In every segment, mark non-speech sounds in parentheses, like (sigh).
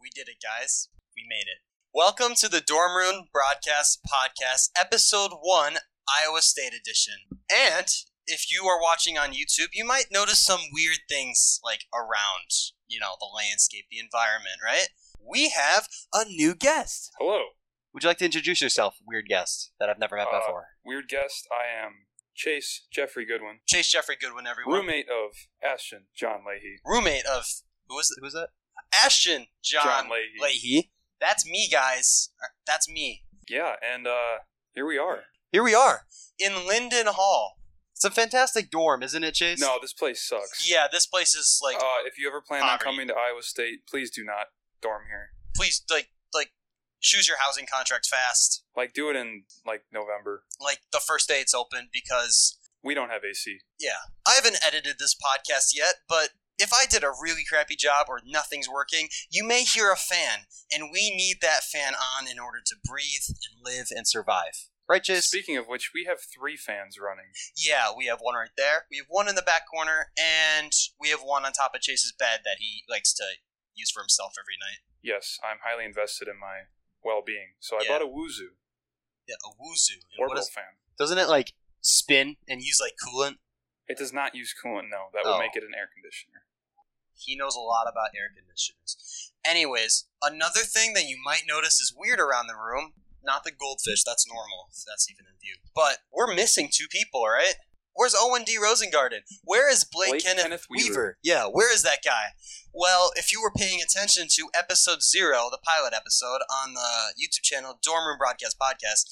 We did it, guys. We made it. Welcome to the Dorm Room Broadcast Podcast, Episode 1, Iowa State Edition. And if you are watching on YouTube, you might notice some weird things like around, you know, the landscape, the environment, right? We have a new guest. Hello, Would you like to introduce yourself, weird guest that I've never met Uh, before? weird guest. I am Chase Jeffrey Goodwin, Chase Jeffrey Goodwin, everyone. roommate of Ashton John Leahy. roommate of who was who was that? Ashton John, John Leahy. Leahy. That's me, guys. That's me. Yeah, and uh, here we are. Here we are in Linden Hall. It's a fantastic dorm, isn't it, Chase? No, this place sucks. Yeah, this place is like, uh, if you ever plan on poverty. coming to Iowa State, please do not dorm here. please, like, like, choose your housing contract fast. Like, do it in like November. Like the first day it's open, because We don't have AC. I haven't edited this podcast yet, but. If I did a really crappy job or nothing's working, you may hear a fan, and we need that fan on in order to breathe and live and survive. Right, Chase? Speaking of which, we have three fans running. Yeah, we have one right there. We have one in the back corner, and we have one on top of Chase's bed that he likes to use for himself every night. Yes, I'm highly invested in my well-being, so I Yeah. bought a Wuzu Yeah, a woozu. And what orbital is, fan. doesn't it like spin and use like coolant? It does not use coolant. No, that would Oh. make it an air conditioner. He knows a lot about air conditioners. Anyways, another thing that you might notice is weird around the room. Not the goldfish. That's normal. If that's even in view. But we're missing two people, right? Where's Owen D. Rosengarten? Where is Blake, Blake Kenneth Kenneth Weaver. Weaver. Yeah, where is that guy? Well, if you were paying attention to episode zero, the pilot episode on the YouTube channel Dorm Room Broadcast Podcast,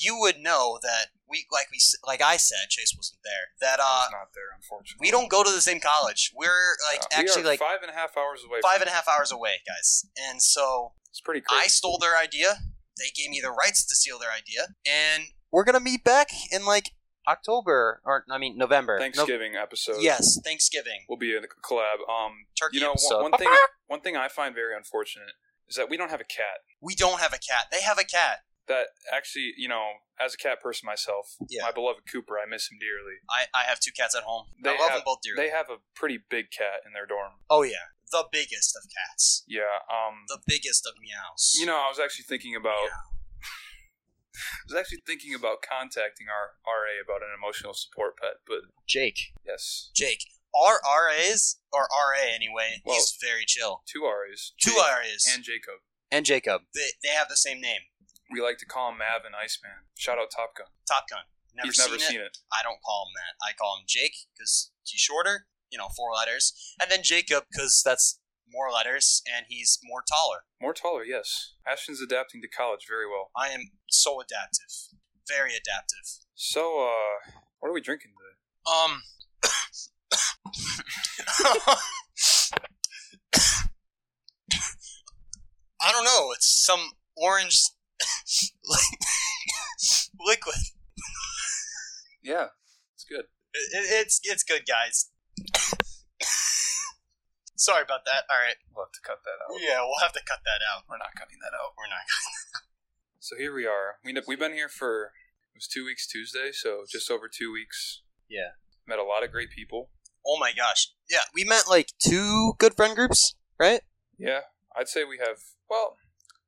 you would know that we, like we, s- like I said, Chase wasn't there. That I uh, was not there, unfortunately. we don't go to the same college. We're like Uh, actually we are like five and a half hours away. five from and a half hours away, guys. And so It's pretty crazy. I stole their idea. They gave me the rights to steal their idea, and we're gonna meet back in like October or I mean November. Thanksgiving episode. yes, Thanksgiving. will be a collab. Um, Turkey you know, episode. one, one thing one thing I find very unfortunate is that we don't have a cat. (laughs) We don't have a cat. They have a cat. That actually, you know, as a cat person myself, Yeah. my beloved Cooper, I miss him dearly. I, I have two cats at home. I They love have- them both dearly. They have a pretty big cat in their dorm. oh yeah, the biggest of cats, Yeah. Um, the biggest of meows. you know, I was actually thinking about. (laughs) I was actually thinking about contacting our RA about an emotional support pet, but Jake. yes, Jake. Our RAs or RA anyway. Well- he's very chill. two RAs, Two Jake RAs and Jacob. and Jacob. They, they have the same name. We like to call him Mav and Iceman. Shout out Top Gun. Top Gun. Never, He's seen, never it. seen it. I don't call him that. I call him Jake because he's shorter. You know, four letters, and then Jacob because that's more letters and he's more taller. More taller, yes. Ashton's adapting to college very well. I am so adaptive, very adaptive. So, uh, what are we drinking today? Um. (coughs) I don't know. It's some orange (coughs) like (coughs) liquid. Yeah, it's good. It, it- it's it's good, guys. (coughs) Sorry about that. All right. We'll have to cut that out. Oh, Yeah, we'll have to cut that out. Oh, We're not cutting that out. We're not. So here we are. We we've been here for it was two weeks Tuesday, so just over two weeks. Yeah. Met a lot of great people. Oh my gosh. Yeah, we met like two good friend groups, right? Yeah, I'd say we have. Well,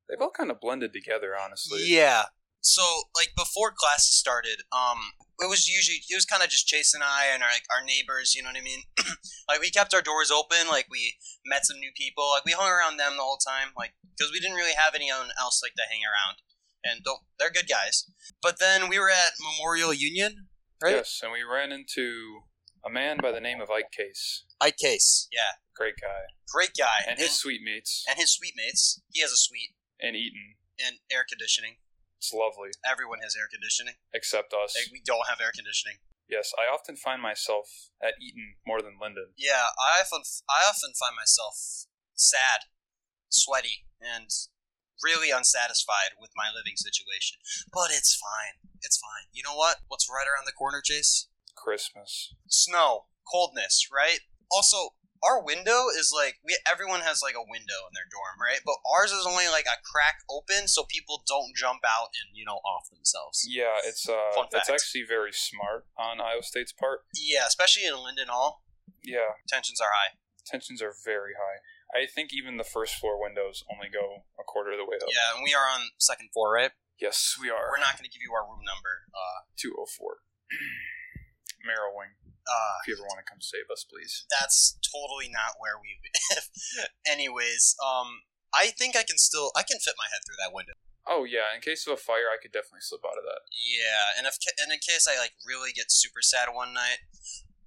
they've all kind of blended together, honestly. Yeah. So like before classes started, um, it was usually it was kind of just Chase and I and our like our neighbors. You know what I mean? (clears throat) like we kept our doors open. Like we met some new people. Like we hung around them the whole time. Like because we didn't really have anyone else like to hang around. And don't, they're good guys. But then we were at Memorial Union, right? Yes, and we ran into a man by the name of Ike Case. Ike Case, yeah, Great guy, great guy. and his sweet meats and his sweet mates. He has a suite and Eaton. and air conditioning. It's lovely, Everyone has air conditioning. except us. Like, we don't have air conditioning. Yes, I often find myself at Eton more than Linden. Yeah, I often I often find myself sad, sweaty, and really unsatisfied with my living situation. But it's fine. It's fine. You know what? What's right around the corner, Chase? Christmas. Snow, coldness, right? Also, our window is like we everyone has like a window in their dorm, right? But ours is only like a crack open so people don't jump out and, you know, off themselves. Yeah, it's uh, Fun it's fact. actually very smart on Iowa State's part. Yeah, especially in Linden Hall, Yeah, tensions are high. tensions are very high. I think even the first floor windows only go a quarter of the way up. Yeah, and we are on second floor, right? Yes, we are. We're not going to give you our room number. Uh, (clears throat) 204. Marrowing. uh, If you ever want to come save us, please. that's totally not where we. (laughs) Anyways, um, I think I can still I can fit my head through that window. Oh, yeah. In case of a fire, I could definitely slip out of that. Yeah, and if ca- and in case I like really get super sad one night,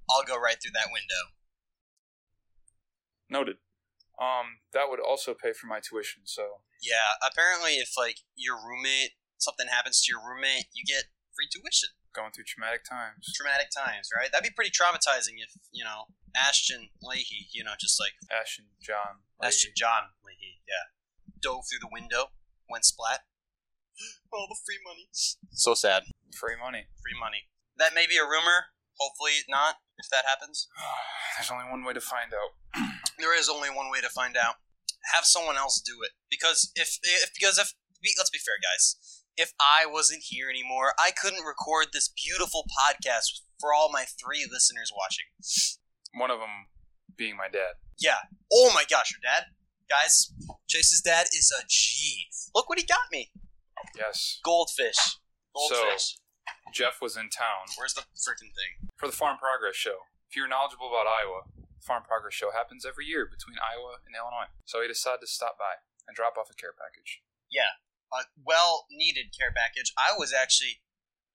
I'll go right through that window. Noted. Um, that would also pay for my tuition, so Yeah, apparently if like your roommate something happens to your roommate, you get free tuition. going through traumatic times. Traumatic times, right? That'd be pretty traumatizing if you know Ashton Leahy, you know, just like Ash and John. like, Ashton John Leahy, yeah, dove through the window, went splat. (gasps) All the free money. So sad. Free money. (sighs) Free money. That may be a rumor. Hopefully not. If that happens. There's only one way to find out. there is only one way to find out. Have someone else do it because if, if because if be- let's be fair, guys. If I wasn't here anymore, I couldn't record this beautiful podcast for all my three listeners watching. One of them being my dad. Oh my gosh, your dad, guys, Chase's dad is a G. Look what he got me: Yes. goldfish. Goldfish. Jeff was in town Where's the freaking thing? for the Farm Progress Show. If you're knowledgeable about Iowa, the Farm Progress Show happens every year between Iowa and Illinois. So he decided to stop by and drop off a care package. A well-needed care package. I was actually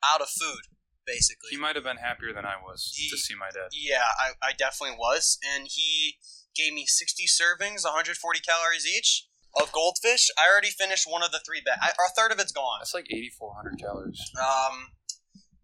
out of food, basically. He might have been happier than I was He- to see my dad. Yeah, I, I definitely was. And he gave me 60 servings, 140 calories each of goldfish. I already finished one of the three bags. A third of it's gone. That's like 8,400 calories. Um,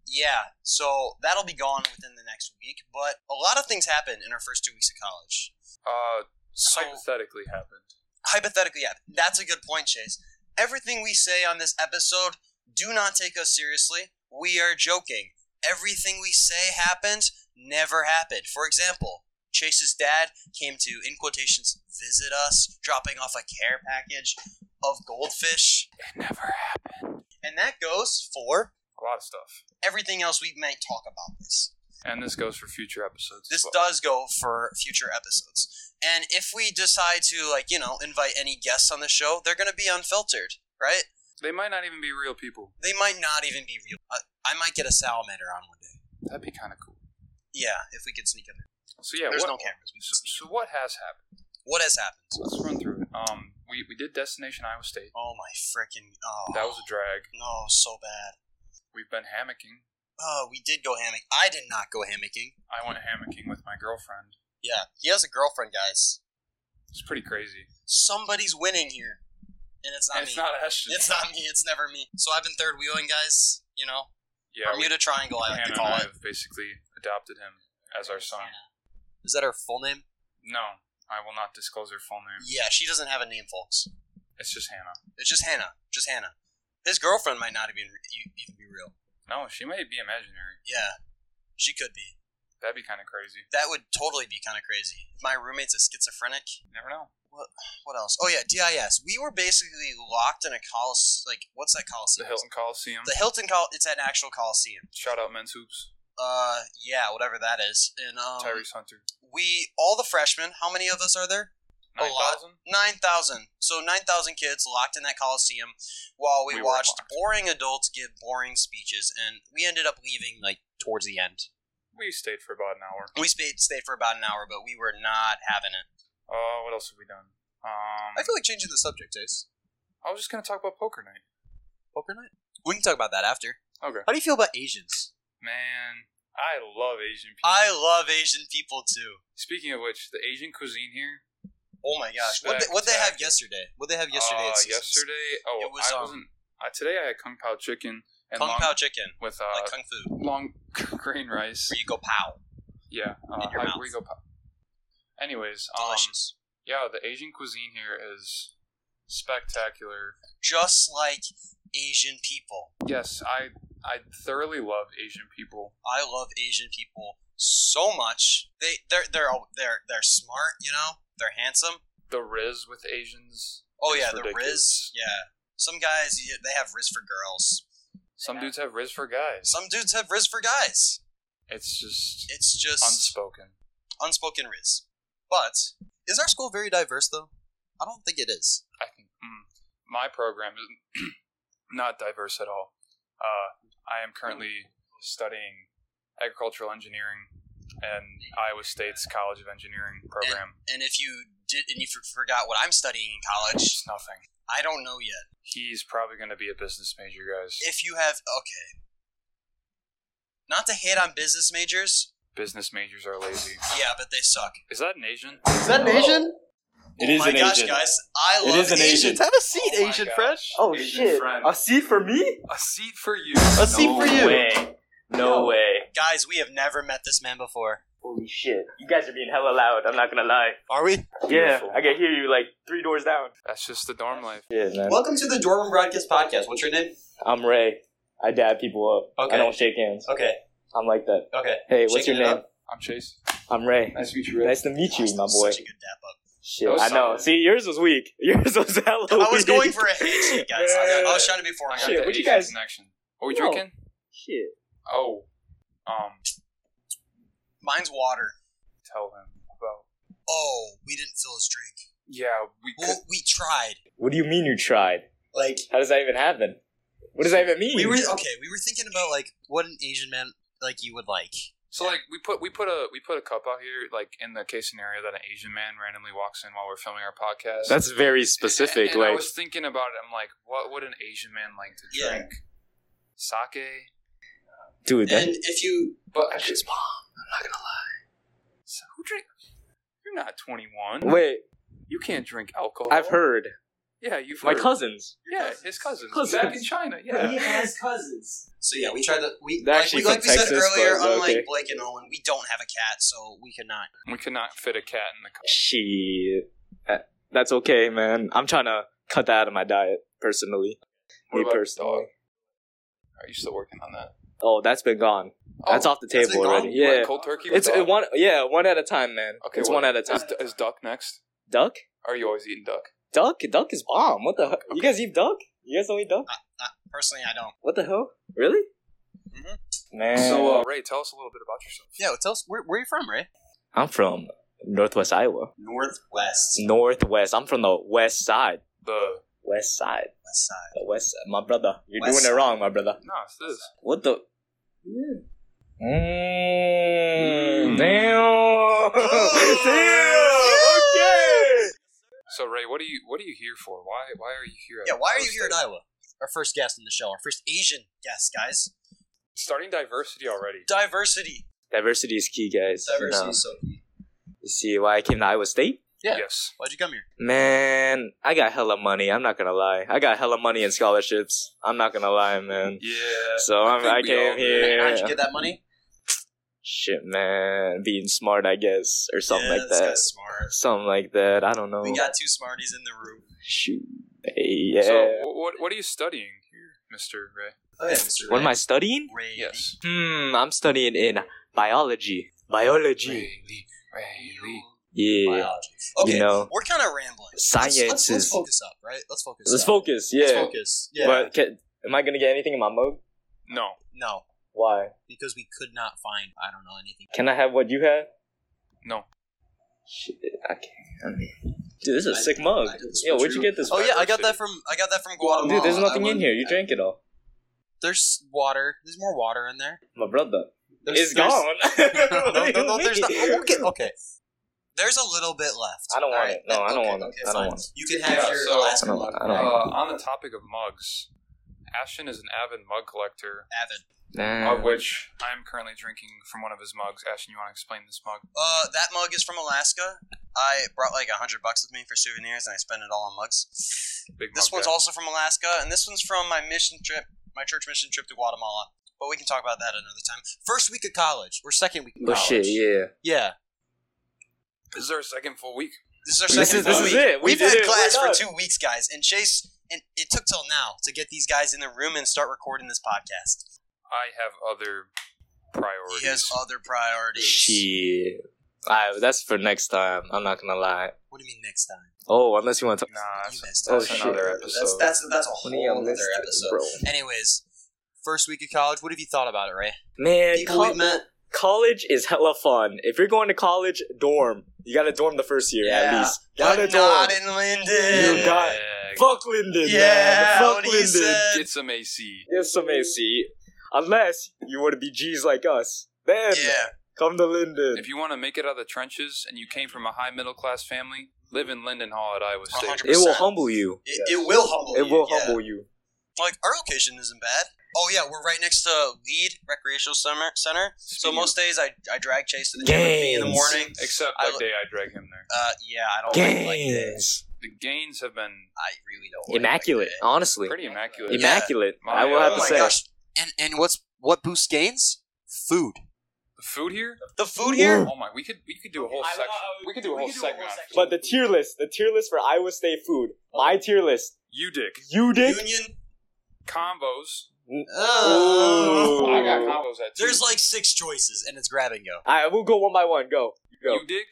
yeah, so that'll be gone within the next week. But a lot of things happened in our first two weeks of college. Uh, So, hypothetically happened. hypothetically, yeah, that's a good point, Chase. Everything we say on this episode, do not take us seriously. We are joking. Everything we say happened, never happened. For example, Chase's dad came to, in quotations, visit us, dropping off a care package of goldfish. It never happened. And that goes for A lot of stuff. everything else we might talk about this. And this goes for future episodes. as this well. does go for future episodes. And if we decide to, like, you know, invite any guests on the show, they're going to be unfiltered, right? They might not even be real people. They might not even be real. I, I might get a salamander on one day. That'd be kind of cool. Yeah, if we could sneak him in. So yeah, There's what, no cameras. We can so, sneak so what has happened? in. What has happened? So let's run through it. Um, we, we did Destination Iowa State. Oh my freaking! Oh, That was a drag. no, so bad. We've been hammocking. Oh, we did go hammock. I did not go hammocking. I went hammocking with my girlfriend. Yeah, he has a girlfriend, guys. It's pretty crazy. Somebody's winning here, and it's not And it's me. not Ashton. it's not me. It's never me. So I've been third wheeling, guys. You know, yeah, we, Bermuda Triangle, I like Hannah to call and I it. have basically adopted him as our son. Is that her full name? No, I will not disclose her full name. Yeah, she doesn't have a name, folks. It's just Hannah. It's just Hannah. Just Hannah. His girlfriend might not even e, even be real. No, she may be imaginary. Yeah, she could be. That'd be kind of crazy. That would totally be kind of crazy. If my roommate's a schizophrenic. You never know. What else? Oh yeah, DIS. We were basically locked in a colis. Like, what's that The coliseum? Hilton Coliseum. The Hilton Col. It's an actual coliseum. Shout out Men's Hoops. Uh, yeah, whatever that is. And um, Tyrese Hunter. we all the freshmen. How many of us are there? a Nine lot. thousand. Nine thousand. So nine thousand kids locked in that coliseum while we, We were watched locked. boring adults give boring speeches, and we ended up leaving like towards the end. We stayed for about an hour. We stayed stayed for about an hour, but we were not having it. Uh, what else have we done? Um, I feel like changing the subject, Ace. I was just gonna talk about poker night. Poker night? We can talk about that after. Okay. How do you feel about Asians? Man, I love Asian people. I love Asian people too. Speaking of which, the Asian cuisine here. Oh my gosh. What they, what they have Spectacular. yesterday? What they have yesterday? Uh, at Seasons? yesterday. Oh, It was, I um, wasn't. Uh, today I had kung pao chicken and Kung long, Pao chicken. with uh, like Kung Fu. long (laughs) green rice. Where you go pow. Yeah. Uh, in your I- mouth. we go pop. Anyways, um, Delicious. yeah, the Asian cuisine here is spectacular. Just like Asian people. Yes, I I thoroughly love Asian people. I love Asian people so much. They they're they're all- they're they're smart, you know. They're handsome. The Riz with Asians. Oh is yeah, the Riz. ridiculous. Yeah. Some guys yeah, they have Riz for girls. Some Yeah. dudes have Riz for guys. Some dudes have Riz for guys. It's just It's just unspoken. unspoken Riz. But Is our school very diverse though? I don't think it is. I think mm, my program is (clears throat) not diverse at all. Uh, I am currently studying agricultural engineering and Iowa State's College of Engineering program. And if you did, and if you forgot what I'm studying in college, It's nothing. I don't know yet. He's probably going to be a business major, guys. If you have, okay. Not to hate on business majors, business majors are lazy. yeah, but they suck. Is that an Asian? Is that an Asian? It oh is my an gosh, Asian. guys! I It love is an Asian. Asians. Have a seat, Oh my Asian God. Fresh. Oh Asian shit! friend. A seat for me? A seat for you. A seat for you. Way. No way. Guys, we have never met this man before. Holy shit! You guys are being hella loud. I'm not gonna lie. Are we? Beautiful. Yeah, I can hear you like three doors down. That's just the dorm life. Yeah, man. Welcome to the Dorm Room Broadcast Podcast. What's your name? I'm Ray. I dab people up. Okay. I don't shake hands. Okay, I'm like that. okay. Hey, what's Shaking your it name? I'm Chase. I'm Ray. Nice to meet you, Ray. Nice to meet you, my boy. Such a good dap up. Shit, That was I know. solid. See, yours was weak. (laughs) Yours was hella I was weak. going for a (laughs) handshake, guys. I, got- I was trying to be I formal. got Shit, the what you Asian guys- connection. Are we No. drinking? (laughs) Shit. Oh, um, Mine's water. tell them about. Oh, we didn't fill his drink. Yeah, we could. Well, we tried. What do you mean you tried? Like How does that even happen? What does that even mean? we were okay. We were thinking about like what an Asian man like you would like. So like we put we put a we put a cup out here like in the case scenario that an Asian man randomly walks in while we're filming our podcast. That's very And, specific. and I like, was thinking about it. I'm like, what would an Asian man like to Yeah. drink? Sake. dude, that, And if you But I could, so who drink? You're not 21. wait, You can't drink alcohol. I've heard. Yeah, you've My heard. cousins. Yeah, his cousins. Cousins. Back in China. Yeah. has cousins. so yeah, we tried to we They're like, actually we, like we from said Texas, earlier, but unlike okay. Blake and Owen, we don't have a cat, so we could not. We could not fit a cat in the cup. Shit. That- uh, That's okay, man. I'm trying to cut that out of my diet, personally. What Me about personally. dog? Are you still working on that? Oh, that's been gone. Oh, that's off the that's table been gone? already. You went Yeah. Cold turkey. with It's dog? it, one, yeah, one at a time, man. Okay, it's well, one at a time. Is, is duck next? duck, Are you always eating duck? duck, duck is bomb. What the? hell? You guys eat duck? You guys don't eat duck? Personally, I don't. What the hell? Really? Mhm. Man. So uh, Ray, tell us a little bit about yourself. Yeah, well, tell us where, where are you from, Ray? I'm from Northwest Iowa. It's Northwest, Northwest. I'm from the West Side. The West Side. west side. The West. My brother. You're West doing it wrong, my brother. no, it's this. What the? Mm, Mm. damn. Oh. So Ray, what do you what are you here for? Why why are you here? at Yeah, why are Iowa you here in State? Iowa? Our first guest in the show, our first Asian guest, guys. Starting diversity already. Diversity. (laughs) Diversity is key, guys. Diversity No. is so key. You see why I came to Iowa State? Yeah. Yes. Why'd you come here? Man, I got hella money. I'm not gonna lie. I got hella money in scholarships. I'm not gonna lie, man. Yeah. So I'm, think I we all came do. How'd you here. get that money? Shit, man. Being smart, I guess, or something yeah, like this that. Guy's smart. Something like that. I don't know. We got two smarties in the room. Shoot. Hey, yeah. So wh- what what are you studying here, Mister Ray? Oh, yeah, Mr. what am I studying? Ray. Yes. Hmm, I'm studying in biology. Biology. Lee. Ray Lee. Yeah. Biology. Okay, You know. we're kind of rambling. Let's- Let's, let's Sciences. focus up, right? Let's focus. Let's up. focus. Yeah. Let's focus. Yeah. But can, am I gonna get anything in my mug? No. no, Why? because we could not find. I don't know anything. Can I have what you have? No. Shit, I can't. I mean, dude, this is a I- sick mug. I did this Yo, for where'd you. you get this? Oh from? yeah, I got that from I got that from Guatemala. Dude, there's I nothing in wouldn't- here. You drank it all. There's water. There's more water in there. My brother. There's, it's there's- gone. (laughs) (laughs) no, no, no, no, there's not. Wait. (laughs) Okay, okay. There's a little bit left. I don't want Alright, it. No, then- I don't okay, want it. okay, I don't fine. want it. You can have Yeah, your so- Alaskan I don't- mug. I Uh, don't- on the topic of mugs, Ashton is an avid mug collector, Avid. Nah. Mm. of which I am currently drinking from one of his mugs. Ashton, you want to explain this mug? Uh, that mug is from Alaska. I brought like a hundred bucks with me for souvenirs, and I spent it all on mugs. Big This mug one's guy. also from Alaska, and this one's from my mission trip, my church mission trip to Guatemala. But we can talk about that another time. First week of college or second week of But college? Oh, shit, Yeah, yeah. This is our second full week. this is our This second is- this full is week. it. We We've did had it. We're class for done. two weeks, guys, and Chase. And it took till now to get these guys in the room and start recording this podcast. I have other priorities. He has other priorities. Shit. Alright, that's for next time. I'm not gonna lie. What do you mean next time? Oh, unless you want to. nah, you that's, missed oh, it. shit. another That's episode. that's that's a whole other Unless- episode. bro. Anyways, first week of college, what have you thought about it, Ray? Man, People co- we've met. college is hella fun. If you're going to college, dorm. You gotta dorm the first year at Yeah. least. But Gotta dorm. not in You Linden. got- Fuck Linden, yeah, man. Fuck what he Linden. said. Get some AC. Get some AC. Unless you want to be G's like us. Then Yeah, come to Linden. If you want to make it out of the trenches and you came from a high middle class family, live in Linden Hall at Iowa State. 100%. it will humble you. it, it will humble. It you, will yeah. humble you. Like our location isn't bad. Oh yeah, we're right next to Lead Recreational Summer Center. So Speaking- most days I, I drag Chase to the gym with me in the Gains. morning. Except I that lo- day I drag him there. Uh, yeah, I don't like- like this. Gains. The gains have been I really don't. like Immaculate, that. honestly. pretty immaculate. Yeah. Immaculate. My- I will have oh to my say. gosh! And and what's what boosts gains? Food. The food here? The food here. Oh my, we could we could do a whole I- I- section. I- We could do a we whole could do a segment. whole on section. food. But the tier list, the tier list for Iowa State food. My tier list. You dick You dick. Union. combos. Ooh. I got combos at Oh. two. There's like six choices, and it's grab and go. I we'll go one by one. Go. Go. You Dick.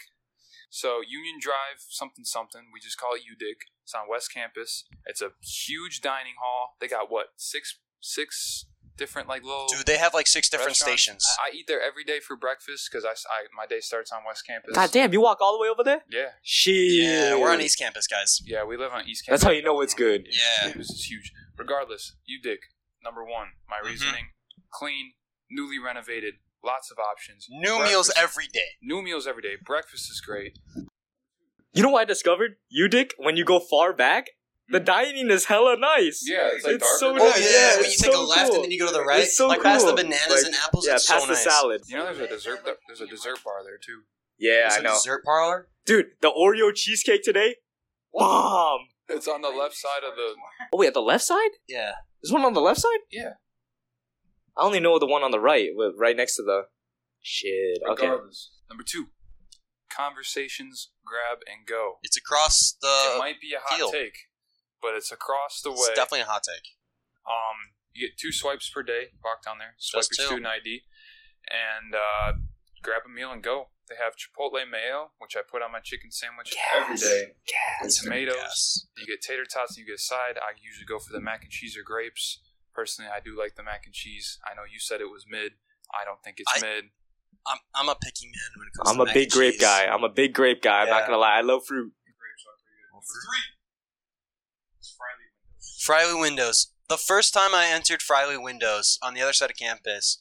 So Union Drive, something something. We just call it U Dick. It's on West Campus. It's a huge dining hall. They got what six six different like little. Dude, they have like six different restaurants. stations. I I eat there every day for breakfast because I, s- I- my day starts on West Campus. God damn, you walk all the way over there? Yeah, Shit. Yeah, we're on East Campus, guys. yeah. We live on East Campus. That's how you know it's good. Yeah. Campus is huge. Regardless, U Dick number one. My Mm-hmm. Mhm. reasoning: clean, newly renovated, lots of options. New meals Breakfast- every day. New meals every day. Breakfast is great. You know what I discovered? You dick, when you go far back, the dining is hella nice. Hmm. Yeah, it's like It's darker. so Oh nice. yeah, when you it's take a so left cool. and then you go to the right, It's so like past the cool. bananas Like, and apples. yeah, it's so past the nice. salad. You know, there's a dessert. There's a dessert bar there too. Yeah, There's I a know. Dessert parlor. Dude, the Oreo cheesecake today? Bomb! It's on the left side of the. Oh, wait, at the left side? Yeah. There's one on the left side? Yeah. I only know the one on the right, with- right next to the. Shit. Okay. Regardless. Number two, conversations grab and go. It's across it the. might be a hot field. take, but it's across the way. It's definitely a hot take. Um, you get two swipes per day. Walk down there, swipe Just your two. student ID, and uh, grab a meal and go. They have Chipotle mayo, which I put on my chicken sandwich every day. It's tomatoes. Yes. You get tater tots and you get side. I usually go for the mac and cheese or grapes. Personally, I do like the mac and cheese. I know you said it was mid. I don't think it's I- mid. I'm, I'm a picky man when it comes. I'm to a mac big and grape cheese. guy. I'm a big grape guy. I'm not Yeah. gonna lie. I love fruit. Friley Windows. The first time I entered Friley Windows on the other side of campus,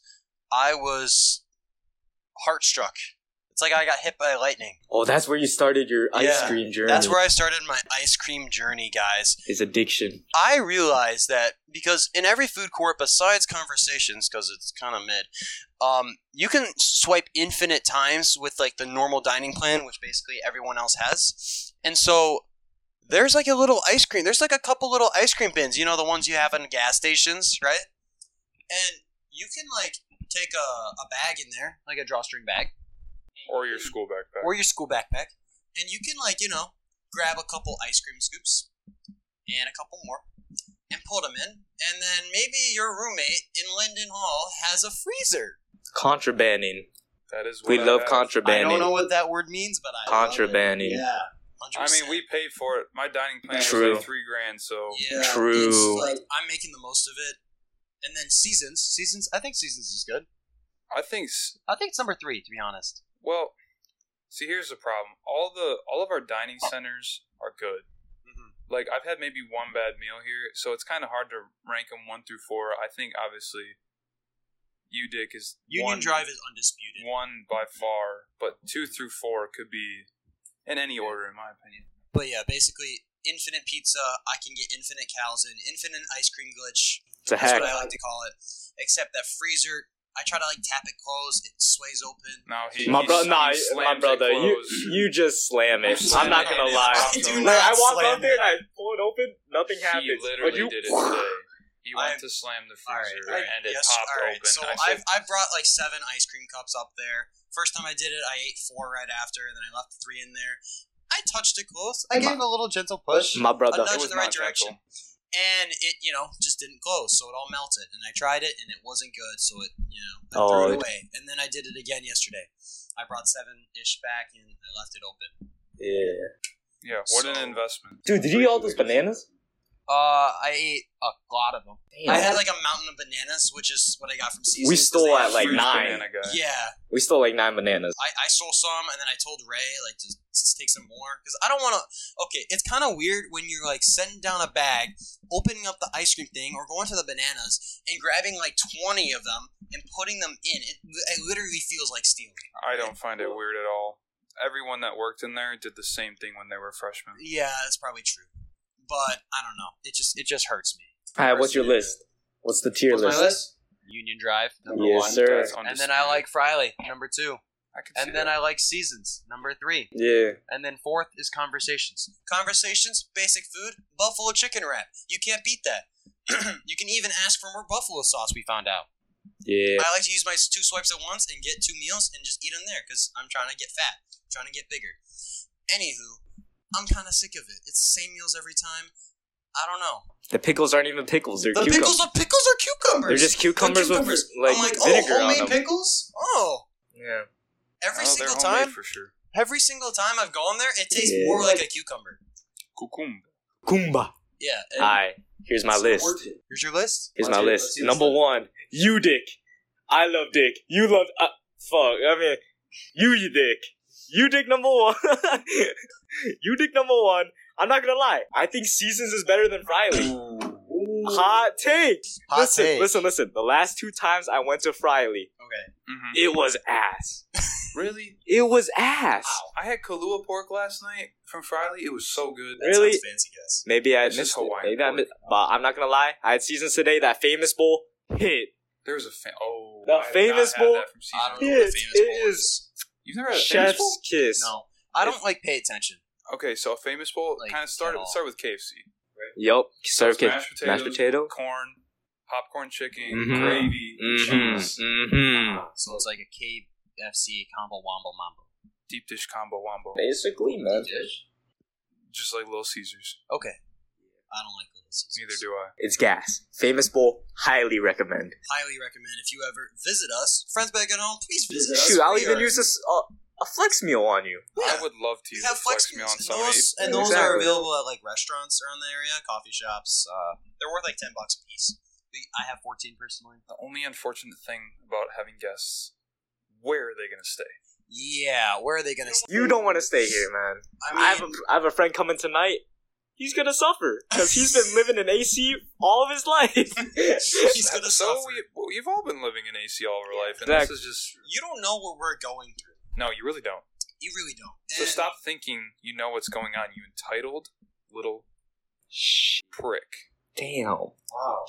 I was heartstruck. It's like I got hit by lightning. Oh, that's where you started your ice Yeah, cream journey. That's where I started my ice cream journey, guys. His addiction. I realized that because in every food court, besides conversations, because it's kind of mid, um, you can swipe infinite times with like the normal dining plan, which basically everyone else has. And so there's like a little ice cream. There's like a couple little ice cream bins. You know the ones you have in gas stations, right? And you can like take a, a bag in there, like a drawstring bag, Or your school backpack. or your school backpack, and you can like you know grab a couple ice cream scoops and a couple more and put them in, and then maybe your roommate in Linden Hall has a freezer. Contrabanding. that is what We I love have. contrabanding. I don't know what that word means, but I love it. Contrabanding. Yeah. I mean, we paid for it. My dining plan True. was like three grand, so yeah, True. It's like I'm making the most of it, and then seasons, seasons. I think seasons is good. I think. s- I think it's number three, to be honest. Well, see, here's the problem. All the all of our dining centers are good. Like I've had maybe one bad meal here, so it's kind of hard to rank them one through four. I think obviously, you Dick is Union one, Drive is undisputed. one by far, but two through four could be in any order, in my opinion. But yeah, basically, infinite pizza. I can get infinite cows in, infinite ice cream glitch. It's a That's hack. what I like to call it. Except that freezer, I try to like tap it closed, it sways open. Now he, he My s- brother, he nah, you- slams my it brother, you closed. you just slam it. I'm I'm, not slamming gonna it. lie. I do Like, not I walk slam out there and I pull it open, nothing happens. He But literally you- did it today. He went I'm- to slam the All freezer right, and it yes, popped all right. open. So I I've, said, I've brought like seven ice cream cups up there. First time I did it, I ate four right after, and then I left three in there. I touched it close. I My- gave it a little gentle push, Mm, My brother, nudge in was the not right direction, and it you know just didn't close, so it all melted. And I tried it, and it wasn't good, so it you know I Oh, threw it it- away. And then I did it again yesterday. I brought seven ish back, and I left it open. yeah. yeah, what So- an investment. Dude, did you eat all those bananas? Uh, I ate a lot of them. I Damn. had like a mountain of bananas, which is what I got from Seasons. We 'cause stole they at have like fruit. nine. Banana guy. Yeah, We stole like nine bananas. I, I stole some, and then I told Ray like to s- take some more because I don't want to. Okay, it's kind of weird when you're like setting down a bag, opening up the ice cream thing, or going to the bananas and grabbing like twenty of them and putting them in. It, it literally feels like stealing. I don't find it weird at all. Everyone that worked in there did the same thing when they were freshmen. Yeah, that's probably true, but I don't know. It just it just hurts me. All right, what's your list? What's the tier What's my list? list? Union Drive, number Yes, one. sir. That's And then I undisputed. like Friley, number two. I can see And then that. I like Seasons, number three. Yeah. And then fourth is Conversations. Conversations, basic food, buffalo chicken wrap. You can't beat that. (clears throat) you can even ask for more buffalo sauce. We found out. Yeah. I like to use my s- two swipes at once and get two meals and just eat them there because I'm trying to get fat, trying to get bigger. Anywho, I'm kind of sick of it. It's the same meals every time. I don't know. The pickles aren't even pickles. They're The cucumbers. pickles are pickles or cucumbers. They're just They're cucumbers, cucumbers. with like, I'm like, vinegar oh, on homemade them. pickles. Oh, yeah. every Oh, they're single homemade time, for sure. every single time I've gone there, it tastes Yeah. more like a cucumber. Cucumba. Kumba. Yeah. and- All right. Here's my list. Here's your list. Here's Let's my hear it, list. let's hear this Number list. one, you dick. I love dick. You love. Uh, fuck. I mean, you, you dick. You dick number one. (laughs) you dick number one. I'm not gonna lie. I think Seasons is better than Friley. Hot take. Hot listen, take. listen, listen. The last two times I went to Friley, Okay. hmm it was ass. Really? It was ass. I had Kahlua pork last night from Friday. It was so good. That Really? sounds fancy, guys. Maybe I It's just missed it. Hawaiian Maybe I pork. missed, but I'm not gonna lie. I had Seasons today. That famous bowl hit. There was a fa- oh The I have not famous had bowl. that from I don't Caesar's. know what Yes, the famous it bowl is. You've never had a famous Chef's bowl? kiss. No, I don't like pay attention. Okay, so a famous bowl Like, kind of start at all. start with KFC, Yup. Serve It's kiss. mashed potatoes, Mashed potato. corn, popcorn, chicken, Mhm. gravy, cheese, Mm-hmm. So it's like a KFC combo wombo mambo. deep dish combo wombo, Basically, man. just like Little Caesars. Okay. I don't like Little Caesars. Neither do I. It's gas. Famous bowl. Highly recommend. Highly recommend if you ever visit us, friends back at home. Please visit us. Shoot, I'll We even are- use this uh, a flex meal on you. Yeah. I would love to We use have a flex meal meals, on and somebody. those, and those are Exactly. available at like restaurants around the area, coffee shops. Uh, they're worth like ten bucks a piece. We, I have fourteen personally. The only unfortunate thing about having guests, where are they going to stay? Yeah, where are they gonna? stay? You don't want to stay here, man. I I, mean, have a, I have a friend coming tonight. He's gonna suffer because he's been living in AC all of his life. (laughs) he's gonna so suffer. We, well, you've all been living in AC all of our life, and Exactly. this is just You don't know what we're going through. no. You really don't. You really don't. So And- stop thinking you know what's going on. You entitled little prick. Damn.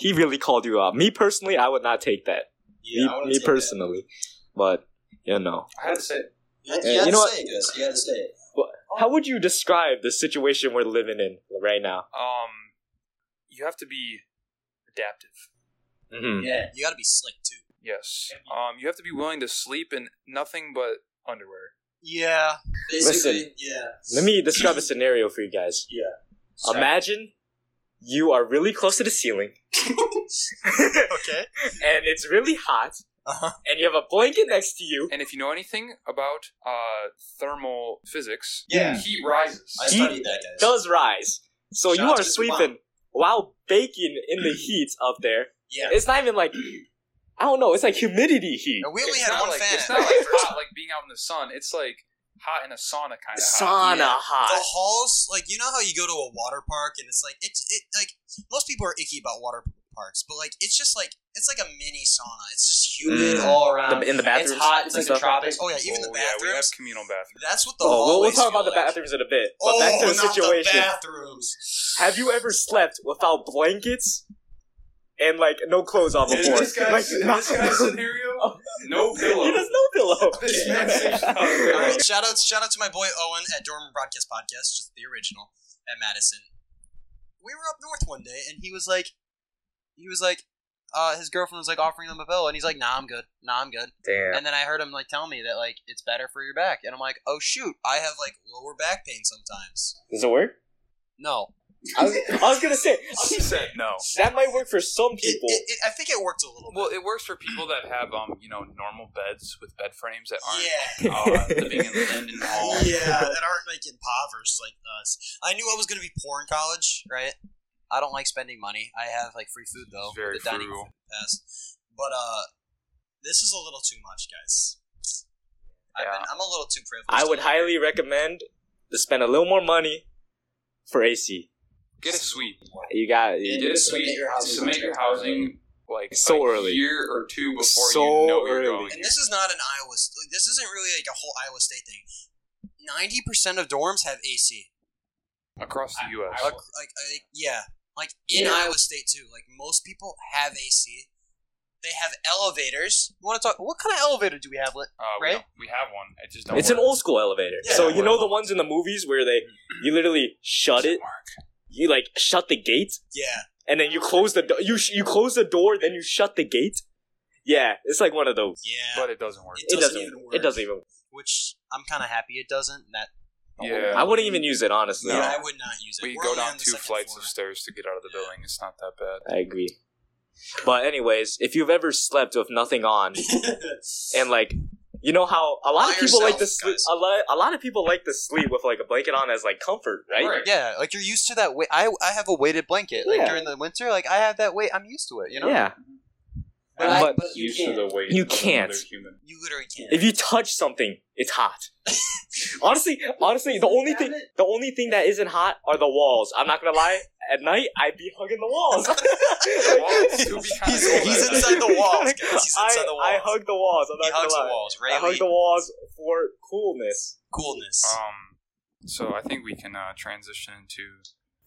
He really called you out. Me personally, I would not take that. Yeah, I me wouldn't me take that. personally, but you know. I had to say, You, Yeah, you know what? You gotta say it. How would you describe the situation we're living in right now? um, you have to be adaptive. Mm-hmm. Yeah. You gotta be slick too. Yes. Um, you have to be willing to sleep in nothing but underwear. Yeah. Listen. yeah. Let me describe a scenario for you guys. Imagine you are really close to the ceiling Okay. and it's really hot Uh-huh. and you have a blanket next to you. And if you know anything about uh, thermal physics, Yeah. heat rises. I He studied that, guys. Does rise. So Shout you out are to Mr. sleeping while baking in the heat up there. yeah. It's not even like I don't know, it's like humidity heat. And we only It's had not one like, fan. It's not like (laughs) hot, like being out in the sun. It's like hot in a sauna kind of Sauna yeah. the hot. halls, like you know how you go to a water park and it's like it's it like most people are icky about water parks, but like it's just like it's like a mini sauna. It's just humid Mm. all. around. The- in the It's bathrooms hot. and It's like the stuff. tropics. Oh yeah, even oh, the Yeah, we have bathrooms. communal bathrooms. That's what the Oh, we'll, we'll hallways talk feel about the like. bathrooms in a bit. But Oh, back to the not situation. bathrooms. Have you ever slept without blankets and like no clothes on before? Like, not- (laughs) scenario, no He has no pillow. (laughs) This man sleeps on a All pillow. right, shout out, shout out to my boy Owen at Dorm Broadcast Podcast, just the original at Madison. We were up north one day, and he was like, he was like, uh, his girlfriend was like offering him a pillow, and he's like, Nah, I'm good. Nah, I'm good. Damn. And then I heard him like tell me that like it's better for your back, and I'm like, oh shoot, I have like lower back pain sometimes. Does it work? No, I was, I was gonna say She said no. that might work for some it, people. it, it, I think it worked a little Well, bit. it works for people that have um, you know, normal beds with bed frames that aren't (laughs) yeah, (laughs) uh, living in Linden Oh, Hall. (laughs) yeah, that aren't like impoverished like us. I knew I was gonna be poor in college, right? I don't like spending money. I have like free food though. It's very with the dining frugal. pass. But uh, this is a little too much, guys. I've Yeah. been, I'm a little too privileged. I would highly recommend to spend a little more money for AC. Get a suite. You got Get a submit suite. your housing Submit your contract. housing like So a early. year or two before So you know where you're early. going. And this is not an Iowa. s- Like, this isn't really like a whole Iowa State thing. Ninety percent of dorms have AC. Across the U.S. Like, like, like yeah, like in Yeah. Iowa State too. Like most people have AC. They have elevators. You want to talk? What kind of elevator do we have? Let uh, we, right? we have one. It just don't It's work. an old school elevator. Yeah. so you know the ones in the movies where they you literally shut it, you like shut the gate, yeah, and then you close the do- you sh- you close the door, then you shut the gate. Yeah, it's like one of those. yeah. But it doesn't work. It It doesn't doesn't. even work. It doesn't even. which I'm kind of happy it doesn't. That Yeah. I wouldn't even use it honestly. No. yeah, I would not use it. We We're go only down on the two second flights floor. of stairs to get out of the building. It's not that bad. I agree. But anyways, if you've ever slept with nothing on (laughs) and like you know how a lot By of people like to yourself, sleep guys. a lot a lot of people like to sleep with like a blanket on as like comfort, right? Right. Yeah, like you're used to that weight. I I have a weighted blanket. Like Yeah. during the winter, like I have that weight. I'm used to it. You know. Yeah. But, But- I, but you can't. weight You of can't. another Human. You literally can't. If you touch something, (laughs) it's hot. honestly, honestly, the only thing the only thing that isn't hot are the walls. I'm not gonna lie. At night, I'd be hugging the (laughs) walls. (laughs) Walls do be kinda He's- cold he's at inside night. the walls, guys. He's inside I, the I walls. hug the walls. I'm he not hugs the gonna lie. walls. I hug Right? the walls for coolness. coolness. Um, so I think we can uh, transition into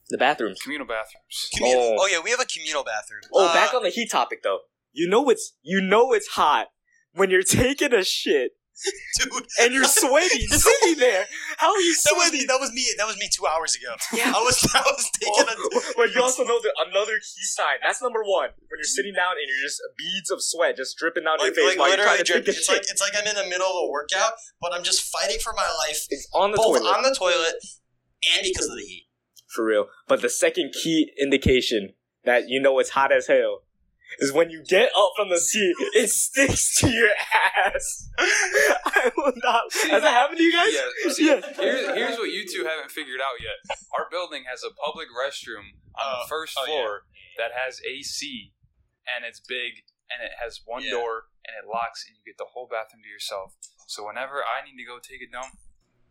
The bathrooms. communal bathrooms. Communal. oh. Oh. yeah, we have a communal bathroom. Oh, Uh, back on the heat topic though. You know it's you know it's hot when you're (laughs) taking a shit dude. and you're (laughs) sweaty, sitting there. How are you That was sweaty? me. That was me. That was me two hours ago. Yeah. I was. (laughs) I was taking a. Oh, (laughs) but you also know that another key sign. That's number one. When you're sitting down and you're just beads of sweat just dripping (laughs) down Like, your face like while you're trying literally to dripping. take a It's like shit. it's like I'm in the middle of a workout, but I'm just fighting for my life, It's on the both toilet on the toilet and because of the heat. for real. But the second key indication that you know it's hot as hell is when you get up from the seat, it sticks to your ass. (laughs) I will not. Has that happened to you guys? Yeah, see, Yeah. Here's, (laughs) here's what you two haven't figured out yet. Our building has a public restroom on the first oh, yeah. floor that has AC, and it's big, and it has one Yeah. door, and it locks, and you get the whole bathroom to yourself. So whenever I need to go take a dump,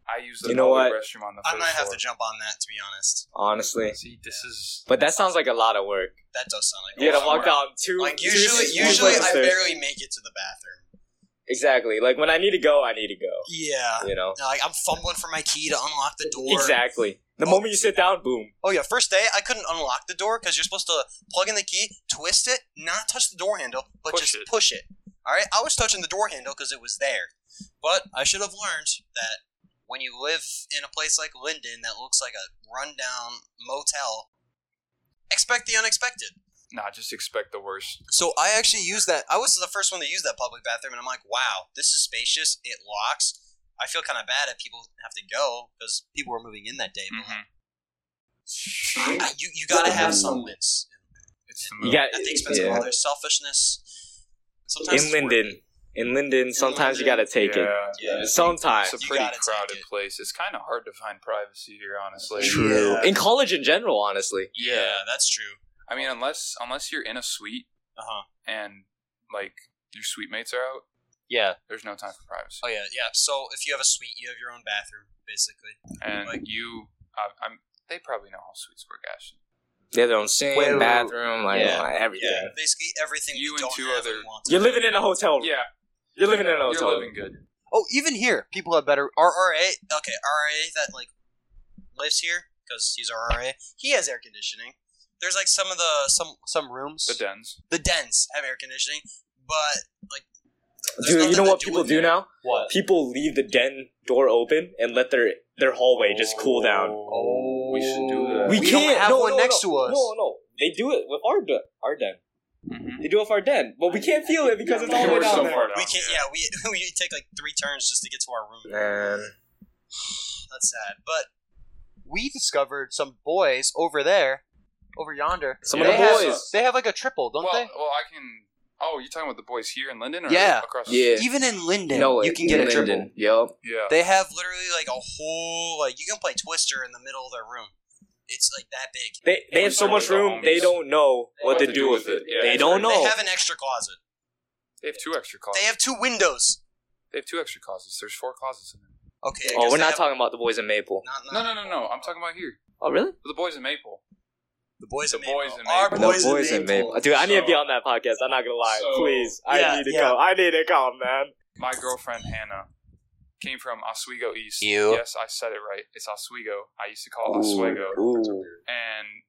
I use the You know public what? restroom on the I first might have floor. to jump on that to be honest. Honestly. See, this is But that sounds like a lot of work. That does sound like You gotta Oh, walk wow. down two. Like two- usually, two usually flights of I stairs. barely make it to the bathroom. Exactly. Like when I need to go, I need to go. Yeah, You know. No, like I'm fumbling for my key to unlock the door. Exactly. The Oh. moment you sit down, boom. Oh yeah, first day I couldn't unlock the door because you're supposed to plug in the key, twist it, not touch the door handle, but Push just it. push it. All right, I was touching the door handle because it was there, but I should have learned that when you live in a place like Linden that looks like a rundown motel, expect the unexpected. nah. Just expect the worst. So I actually used that. I was the first one to use that public bathroom, and I'm like, wow, this is spacious. It locks. I feel kind of bad if people have to go because people were moving in that day. But Mhm. like, Hmm. I- you you gotta have some wins It's the You move. got at the expense of yeah. all their selfishness. Sometimes in it's worth Linden. In Linden, sometimes you gotta take it. yeah. it. Yeah. Sometimes. It's a You pretty gotta take crowded it. place. It's kind of hard to find privacy here, honestly. True. Yeah. In college in general, honestly. yeah, that's true. I mean, unless unless you're in a suite Uh huh. and like your suite mates are out, Yeah. there's no time for privacy. Oh yeah, yeah. So if you have a suite, you have your own bathroom, basically. and like- you, I, I'm. They probably know how suites work, Ashton. They have their own sink, Wait, wait, wait. bathroom, like, Yeah. like, everything. Basically everything You you, and don't two have other- and want. You're living in a hotel room. Yeah, Oh, You're living in a hotel You're living room. good. Oh, even here, people have better RRA. Okay, RRA that like lives here because he's RRA. He has air conditioning. There's like some of the some some rooms. The dens. the dens have air conditioning, but like there's Dude, you nothing know to what do people in do there. now? What? People leave the den door open and let their their Oh, hallway just cool down. Oh, we should do that. We don't have no, one no, next no. to us. No, no, they do it with our den. Our den. Mhm. They do it for our den, but we can't feel it because it's all the way We're so down far down. there. We can't. Yeah, we (laughs) we take like three turns just to get to our room. Man, That's sad. But we discovered some boys over there, over yonder. Some of they the have- boys. they have like a triple, don't Well, they? well, I can. Oh, you're talking about the boys here in Linden, or Yeah. across? Yeah. Even in Linden, you can get a triple. Yep. yeah. They have literally like a whole like you can play Twister in the middle of their room. It's like that big. They they have so much room. They don't know what to do with it. They don't know. They have an extra closet. They have two extra closets. They They have, have two windows. two extra closets. There's four closets in there. Okay. I Oh, guess we're they not have- talking about the boys in Maple. Not, No, not no, no, no. I'm talking about here. Oh, really? The boys in Maple. the boys The and Maple. boys in Our Maple. The The boys, boys, in in Maple. Maple. Dude, I need to be So- on that podcast. I'm not gonna lie. So- Please, I Yeah, need to yeah. come. I need to come, man. My girlfriend Hannah came from Oswego East. You. Yes, I said it right. It's Oswego. Oh, I used to call it Oswego. And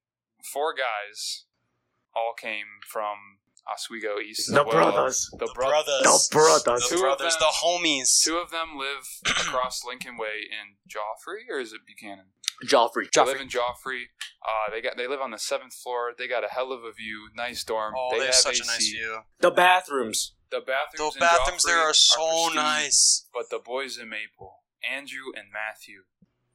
four guys all came from Oswego East. as well. The, The bro- brothers. The brothers. The Two of brothers. them. The homies. Two of them live (clears throat) across Lincoln Way in Joffrey, or is it Buchanan? Joffrey. They live in Joffrey. Uh, they got they live on the seventh floor. They got a hell of a view, nice dorm. Oh, they they have have such AC. a nice view. The bathrooms. The The bathrooms. in bathrooms Joffrey there are so pristine, nice. But the boys in Maple, Andrew and Matthew,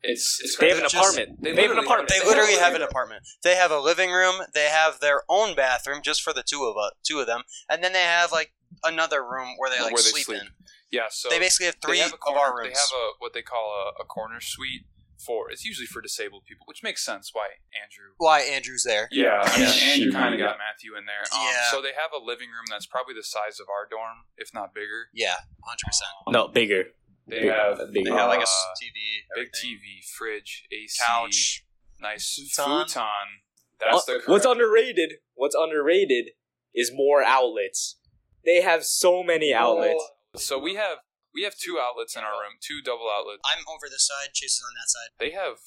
it's, it's They have an Just- apartment. they They have an literally- apartment. They literally have an apartment. They have a living room. They have their own bathroom just for the two of us, two of them, and then they have like another room where they like Where they sleep, sleep. in. Yeah, so they basically have three they have a of corner, our rooms. They have a what they call a, a corner suite for. It's usually for disabled people, which makes sense. Why Andrew? Why Andrew's there? Yeah, I mean, Yeah. and you Shoot. kind of got Matthew in there. Um, Yeah. So they have a living room that's probably the size of our dorm, if not bigger. Yeah, hundred percent. No, bigger. They Big- have big- They have like a uh, s- TV, big everything. TV, fridge, AC, couch. nice futon. Futon. That's Uh, the what's correct- underrated. What's underrated is more outlets. They have so many Oh. outlets. So we have we have two outlets in our room, two double outlets. I'm over this side. Chase is on that side. They have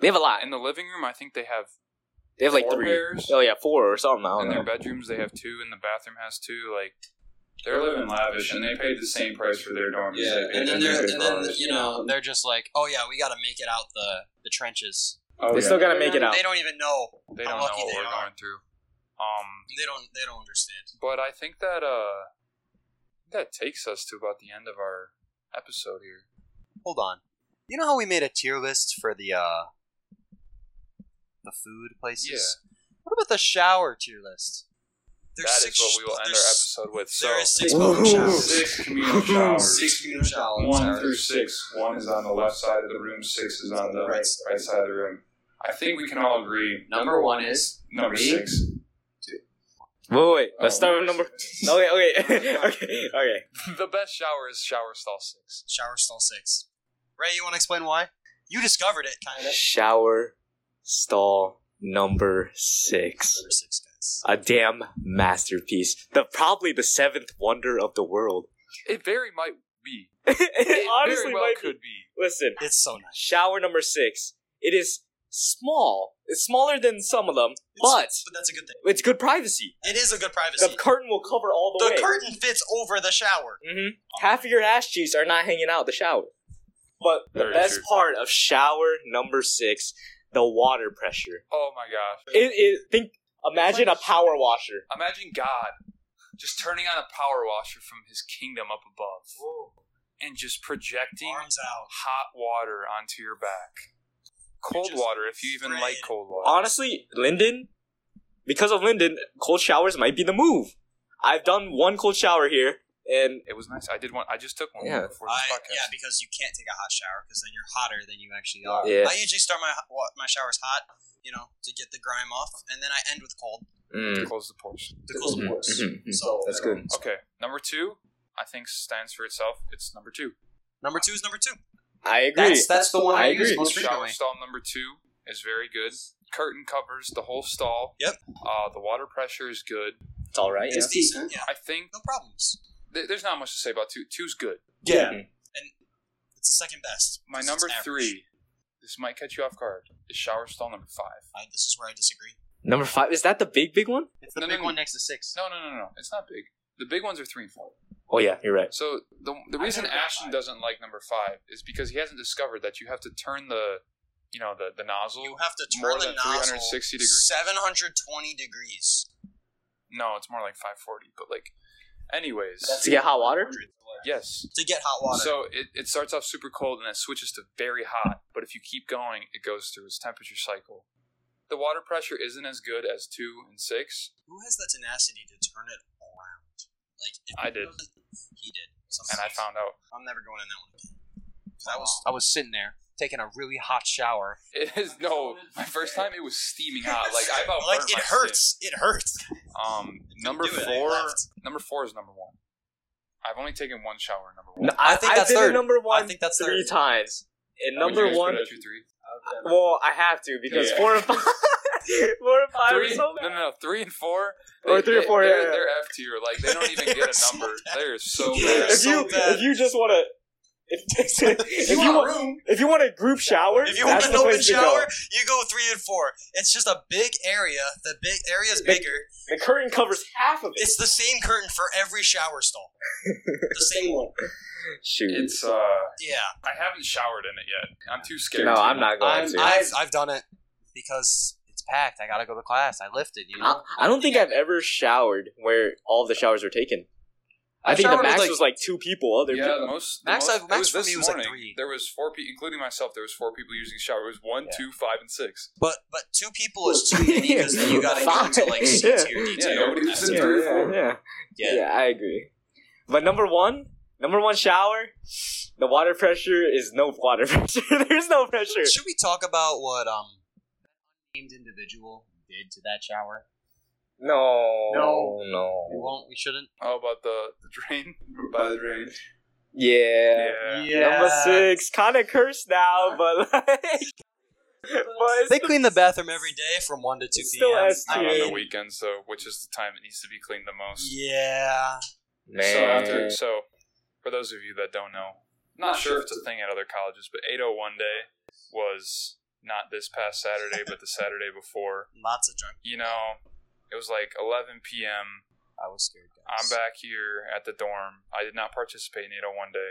They have a lot. in the living room. I think they have They have like four three. pairs? Oh yeah, four or something. I in don't their know. bedrooms they have two, and the bathroom has two. Like they're living lavish, and they paid the same price for their dorm. as they paid and for then their they're big and then dorms. you know they're just like, oh yeah, we got to make it out the the trenches. Oh, They yeah. still gotta make it out. They don't even know. They don't how know lucky what they we're are. going through. Um, They don't. They don't understand. but I think that uh, that takes us to about the end of our episode here. Hold on. You know how we made a tier list for the uh the food places? What about the shower tier list? That is what we will end our episode with. So There is six Ooh. public showers. six communal showers. Six communal showers. One through six. One is on the left side of the room. Six is on the right, right side of the room. I think we can all agree. Number one is Number Me? six. Wait, wait, wait. Let's Oh. start (laughs) with number. (laughs) Okay, okay, okay, okay. the best shower is shower stall six. Shower stall six. Ray, you want to explain why? You discovered it, kind of. Shower stall number six. Number six guys. A damn masterpiece. The probably the seventh wonder of the world. (laughs) It very might be. It it honestly very well might be. could be. Listen, It's so nice. shower number six. It is small. It's smaller than some of them, but But that's a good thing. it's good privacy. It is a good The privacy. curtain will cover all the, The way. curtain fits over the shower. Mhm. Half of your ass cheeks are not hanging out the shower. But the Very best true. part of shower number six, the water pressure. Oh my gosh! It, it think imagine a power washer. Imagine God just turning on a power washer from His kingdom up above, and just projecting Arms out. hot water onto your back. Cold just water, if you even like afraid. cold water. Honestly, Linden, because of Linden, cold showers might be the move. I've done one cold shower here, and It was nice. I did one. I just took one Yeah. before this I, podcast. yeah, because you can't take a hot shower because then you're hotter than you actually are. Yeah. I usually start my hot- wa- my showers hot, you know, to get the grime off, and then I end with cold. Mm. To close the portion. The cold's Mhm, worse. mhm, mhm. So that's good. Okay, number two, I think stands for itself. It's number two. Number two is number two. I agree. That's that's the one I, I use agree. most Shower frequently. stall number two is very good. Curtain covers the whole stall. Yep. Uh, the water pressure is good. it's all right. It's decent. Yeah, I think no problems. th- there's not much to say about two. Two's good. Yeah. It's the second best. My 'cause number it's average. three, this might catch you off guard, is shower stall number five. I, this is where I disagree. Number five is that the big big one? It's the No, no, big no. one next to six. No, no, no, no. It's not big. The big ones are three and four. Oh yeah, you're right. So the the reason Ashton doesn't like number five is because he hasn't discovered that you have to turn the, you know, the the nozzle. You have to turn More the than nozzle 360 degrees. 720 degrees. No, it's more like 540. But like, anyways, To get hot water. yes. to get hot water. So it, it starts off super cold and then switches to very hot. But if you keep going, it goes through its temperature cycle. The water pressure isn't as good as two and six. Who has the tenacity to turn it around? Like if I did. He did. and I found out. (laughs) I'm never going in that one. again. 'Cause I was I was sitting there. taking a really hot (laughs) shower. It is no. My first time, it was steaming hot. Uh, Like I about (laughs) like burnt it my hurts. It hurts. skin. Um, number do it, I four. left. Number four is number one. I've only taken one shower. in Number one. No, I, I think that's I've been in third. number one I think that's three third. times. And Would you number guys put one, it at two, three? well, I have to because Yeah. four and five, (laughs) four and five are Three, so no, bad. no, no, three and four, Or three or four, yeah, They're, yeah. they're F tier. Like they don't even get (laughs) a number. They're so bad. If so you bad. if you just want to. If, (laughs) if, you want, if you want a group shower, If you want that's an the open place to go. shower, you go three and four. It's just a big area. The big area is Big- bigger. The curtain covers half of it. It's the same curtain for every shower stall. The same one. Shoot. It's uh, Yeah, I haven't showered in it yet. I'm too scared. no, to. I'm not going I'm- to. I've I've I've done it because it's packed. I gotta go to class. I lifted. You I, know. I don't think I've ever showered where all the showers were taken. I, I've think the showered with, max like- was like two people. Other Yeah, people. the most. Max, the most, I- it Max was for this me was like morning. three. There was four people, including myself. There was four people using the shower. It was one, Yeah. two, five, and six. but but two people is too many because then you (laughs) gotta Five. go to like C Yeah. tier, D Yeah, tier. nobody was in yeah, three or yeah, four. yeah. Yeah. Yeah, I agree. But number one, number one shower, the water pressure is no water (laughs) pressure. There's no pressure. Should we talk about what um named individual did to that shower? No, No. We no. won't. We shouldn't. Oh, about the, the drain. By the drain. Yeah. Yeah. Number six, kind of (laughs) cursed now, but like, but it's They the- clean the bathroom every Every day from one to two It's still p.m. S I Not tier. on the mean, weekend, so which is the time it needs to be cleaned the most. yeah, So, after, Man. so for those of you that don't know, not sure if it's a thing at other colleges, but 801 day was not this past Saturday, but the Saturday before. lots of drunk. You know, it was like 11 p.m. I was scared. I'm back here at the dorm. I did not participate in 801 day.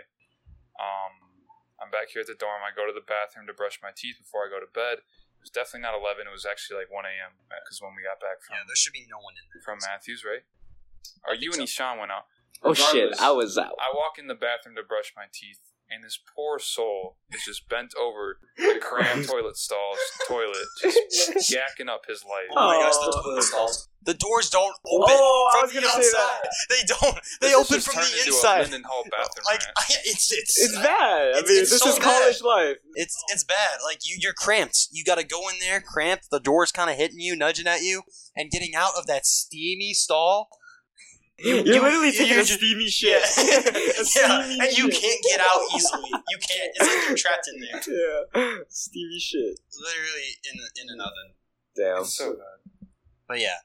Um, I'm back here at the dorm. I go to the bathroom to brush my teeth before I go to bed. It was definitely not 11. It was actually like 1 a.m. because uh, when we got back Yeah, from, there should be no one in there. from Matthews, right? Or you and Ishan went out. oh shit, Regardless, I was out. I walk in the bathroom to brush my teeth, and this poor soul is just bent over (laughs) the cram toilet stall's toilet, just yakking up his life. Oh my gosh, Oh. the toilet stalls. The doors don't open Oh, I from was the gonna outside. say that. They don't. They This has open just from turned the into A inside. Mendenhall bathroom Like (laughs) rant. I, it's it's It's bad. I It's- mean, it's this so is college life. It's it's bad. Like you, you're cramped. You got to go in there, cramped. The door's kind of hitting you, nudging at you, and getting out of that steamy stall. You're you- literally taking you're a just- (laughs) steamy shit. (laughs) Yeah, (laughs) A yeah. steamy And you shit. can't get out easily. You can't. It's like you're trapped in there, Yeah, steamy shit. literally in in an oven. Damn. It's so bad. But yeah.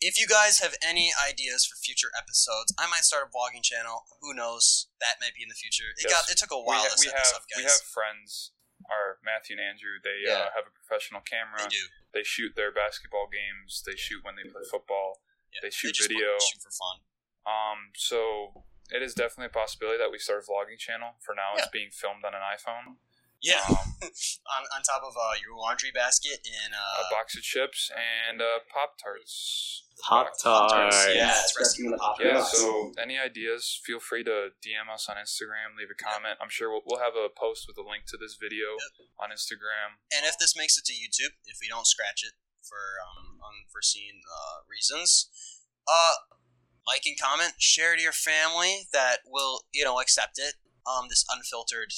If you guys have any ideas for future episodes, I might start a vlogging channel. Who knows? That might be in the future. It Yes. got it took a We, while ha- to we set have this up, we guys. have friends. Our Matthew and Andrew, they uh, Yeah. have uh, a professional camera. they do. They shoot their basketball games. They shoot when they play football. Yeah. They shoot just video. Shoot for fun. Um, so it is definitely a possibility that we start a vlogging channel. For now, it's Yeah. being filmed on an iPhone. Yeah. Um, on, on top of uh, your laundry basket and a uh, box of chips and uh, pop tarts. Pop tarts. Yeah, Yeah, it's resting in the pop Yeah. Nice. So, any ideas? Feel free to DM us on Instagram. Leave a comment. I'm sure we'll, we'll have a post with a link to this video on Instagram. and if this makes it to YouTube, if we don't scratch it for um, unforeseen uh, reasons, uh, like and comment, share to your family that will you know accept it. Um, this unfiltered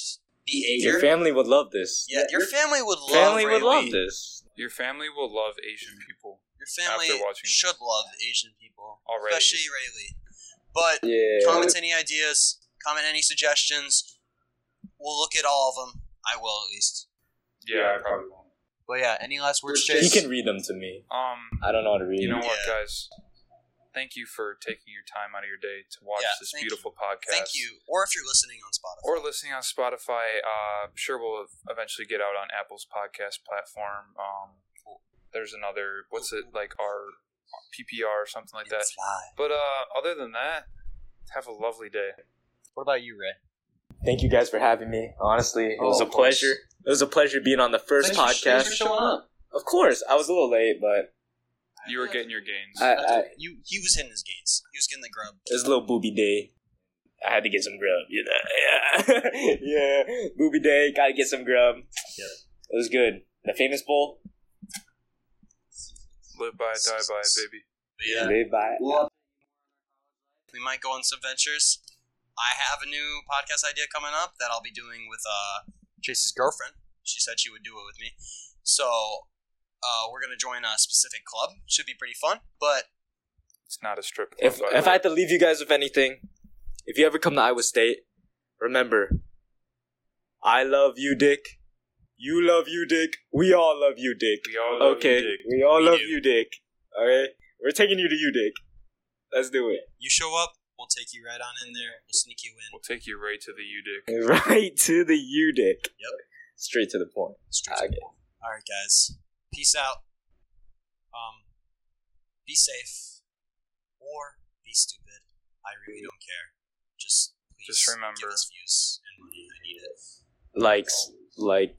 behavior. Your family would love this. yeah, your family would love. family Ray would love Lee. this. Your family will love Asian people. Your family after watching- should love Asian people, Already. especially Rayleigh. But Yeah. comment any ideas, comment any suggestions. We'll look at all of them. I will at least. Yeah, I probably won't. But yeah, any last words, He Chase? can read them to me. Um, I don't know how to read. you know what, Yeah. guys? Thank you for taking your time out of your day to watch Yeah, this thank beautiful podcast. Thank you. Or if you're listening on Spotify. or listening on Spotify. Uh, I'm sure we'll eventually get out on Apple's podcast platform. Um, there's another, what's it like, our PPR or something like that. It's live. But uh, other than that, have a lovely day. What about you, Ray? Thank you guys for having me. Honestly, it Oh, was a of course. pleasure. It was a pleasure being on the first podcast. Of course, I was a little late, but You were getting your gains. I, I, it you, he was hitting his gates. He was getting the grub. was a little booby day. I had to get some grub, you know. (laughs) Yeah, yeah. Booby day, gotta get some grub. Yeah. It was good. The famous bowl. Live by, die by, baby. But yeah, Live by. it. Well, we might go on some ventures. I have a new podcast idea coming up that I'll be doing with uh, Chase's girlfriend. She said she would do it with me. So uh, we're gonna join a specific club. Should be pretty fun. But It's not a strip. If club, by if the way. I had to leave you guys with anything, if you ever come to Iowa State, remember, I love you, Dick. You love you, Dick. We all love you, Dick. we all love Okay, you, Dick. we all We love do. you, Dick. All right, we're taking you to you, Dick. Let's do it. (laughs) you show up, we'll take you right on in there. We'll sneak you in. We'll take you right to the U Dick. Right to the you, Dick. Yep. Straight to the point. Straight Okay. All right, guys. Peace out. Um, be safe or be stupid. I really don't care. Just please Just give remember. us views and money. I need it. Likes, like,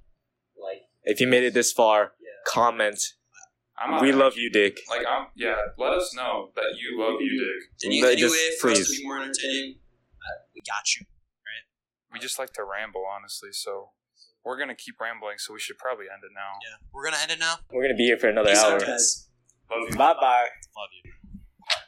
Like, if you made it this far, yeah. comment. I'm we not- love you, Dick. Like I'm. Yeah. Let us know that you love you, Dick. Any, Let- any just way for us to please. be more entertaining? Uh, we got you. We just like to ramble, honestly. So we're gonna keep rambling. So we should probably end it now. Yeah, we're gonna end it now. We're gonna be here for another Peace hour. out, guys. Love you. Bye bye. Love you.